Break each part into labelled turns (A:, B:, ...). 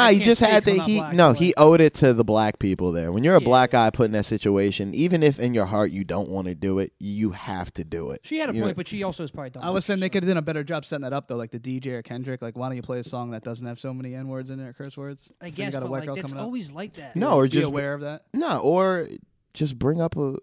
A: Nah, he
B: can't
A: just
B: say
A: had
B: come
A: to.
B: out
A: He
B: black
A: no,
B: and
A: he
B: white.
A: owed it to the black people there. When you're a
B: Yeah.
A: black guy put in that situation, even if in your heart you don't want to do it, you have to do it.
C: She had a
A: You
C: point,
A: know-
C: but she also is probably dumb.
B: I was saying they could have done a better job setting that up though, like the DJ or Kendrick. Like, why don't you play a song that doesn't have so many n words in it, or curse words?
C: I
B: Then you
C: guess,
B: got a
C: but
B: white
C: like,
B: girl
C: it's
B: coming up.
C: always like that.
A: No, Oh, or
B: be
A: just
B: aware of that.
A: no, or just bring up a.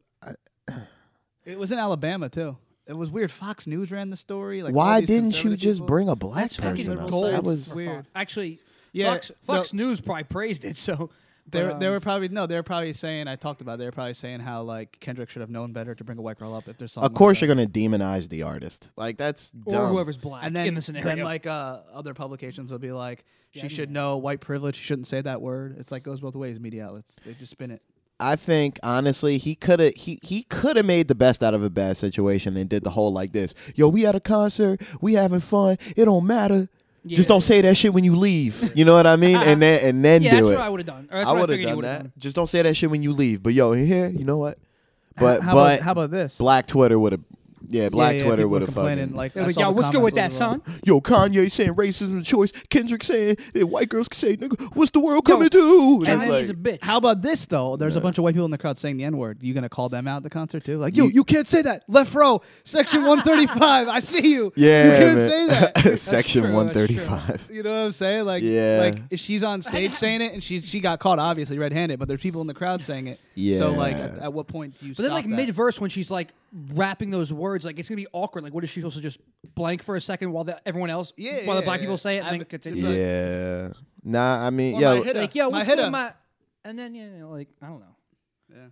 B: It was in Alabama too. It was weird. Fox News ran the story. Like, all
A: why
B: these
A: didn't you
B: conservative
A: just
B: people-
A: bring a black
C: That's fucking
A: person up?
B: gold.
A: That
B: That's
A: was
B: weird.
C: Actually,
B: Yeah,
C: Fox,
B: no.
C: Fox News probably praised it. So
B: They
C: but,
B: were,
C: um,
B: they were probably no. They were probably saying I talked about. it, They were probably saying how like Kendrick should have known better to bring a white girl up if there's something.
A: Of course, you're gonna demonize the artist. Like that's
C: or
A: dumb.
C: whoever's black
B: And then
C: in the scenario.
B: then like uh, other publications will be like
C: Yeah,
B: she
C: I knew
B: should
C: that.
B: know white privilege. She shouldn't say that word. It's like goes both ways. Media outlets they just spin it.
A: I think honestly, he could have he he could have made the best out of a bad situation and did the whole like this. Yo, we at a concert, we having fun. It don't matter.
C: Yeah.
A: Just don't say that shit when you leave. You know what I mean? And then and then
C: yeah,
A: do
C: that's
A: it.
C: what I would have done. Or
A: I
C: that's what I
A: would have
C: figured you
A: done
C: would
A: that.
C: have done.
A: Just don't say that shit when you leave. But yo, here, you know what? But
B: how
A: but
B: about, how about this?
A: Black Twitter would have. Yeah, Black
B: Yeah, yeah,
A: Twitter
B: people
A: would have
B: complaining,
A: fucking.
B: Like,
C: They're
B: I
C: Like,
B: saw
C: yo,
B: the
C: what's good with that,
B: comments
C: son?
B: overall.
A: Yo, Kanye saying racism is a choice. Kendrick saying that white girls can say nigga. What's the world coming to?
C: And
A: I'm
C: then he's a
A: like,
C: bitch.
B: How about this though? There's a bunch of white people in the crowd saying the N word. You gonna call them out at the concert too? Like, yo,
A: You-
B: you can't say that. Left row, section 135. I see you.
A: yeah,
B: you can't
A: man.
B: say that.
A: Section
C: true, that's
A: 135.
B: You know what I'm saying? Like,
A: Yeah.
B: like if she's on stage saying it, and she's she got caught obviously red-handed, but there's people in the crowd saying it. So like,
A: Yeah.
B: at, at what point do you?
C: But then, like mid verse, when she's like rapping those words, like it's gonna be awkward. Like, what is she supposed to just blank for a second while the, everyone else,
B: Yeah,
C: while the
B: yeah,
C: black people
B: yeah.
C: say it, and
B: I've-
C: then continue?
B: Like-
A: Yeah. Nah, I mean,
B: Or my
A: yo,
B: head-
C: Like, yo,
B: My
C: what's
B: head
C: good with
B: up.
C: my? And then you know, like I don't know.
B: Yeah.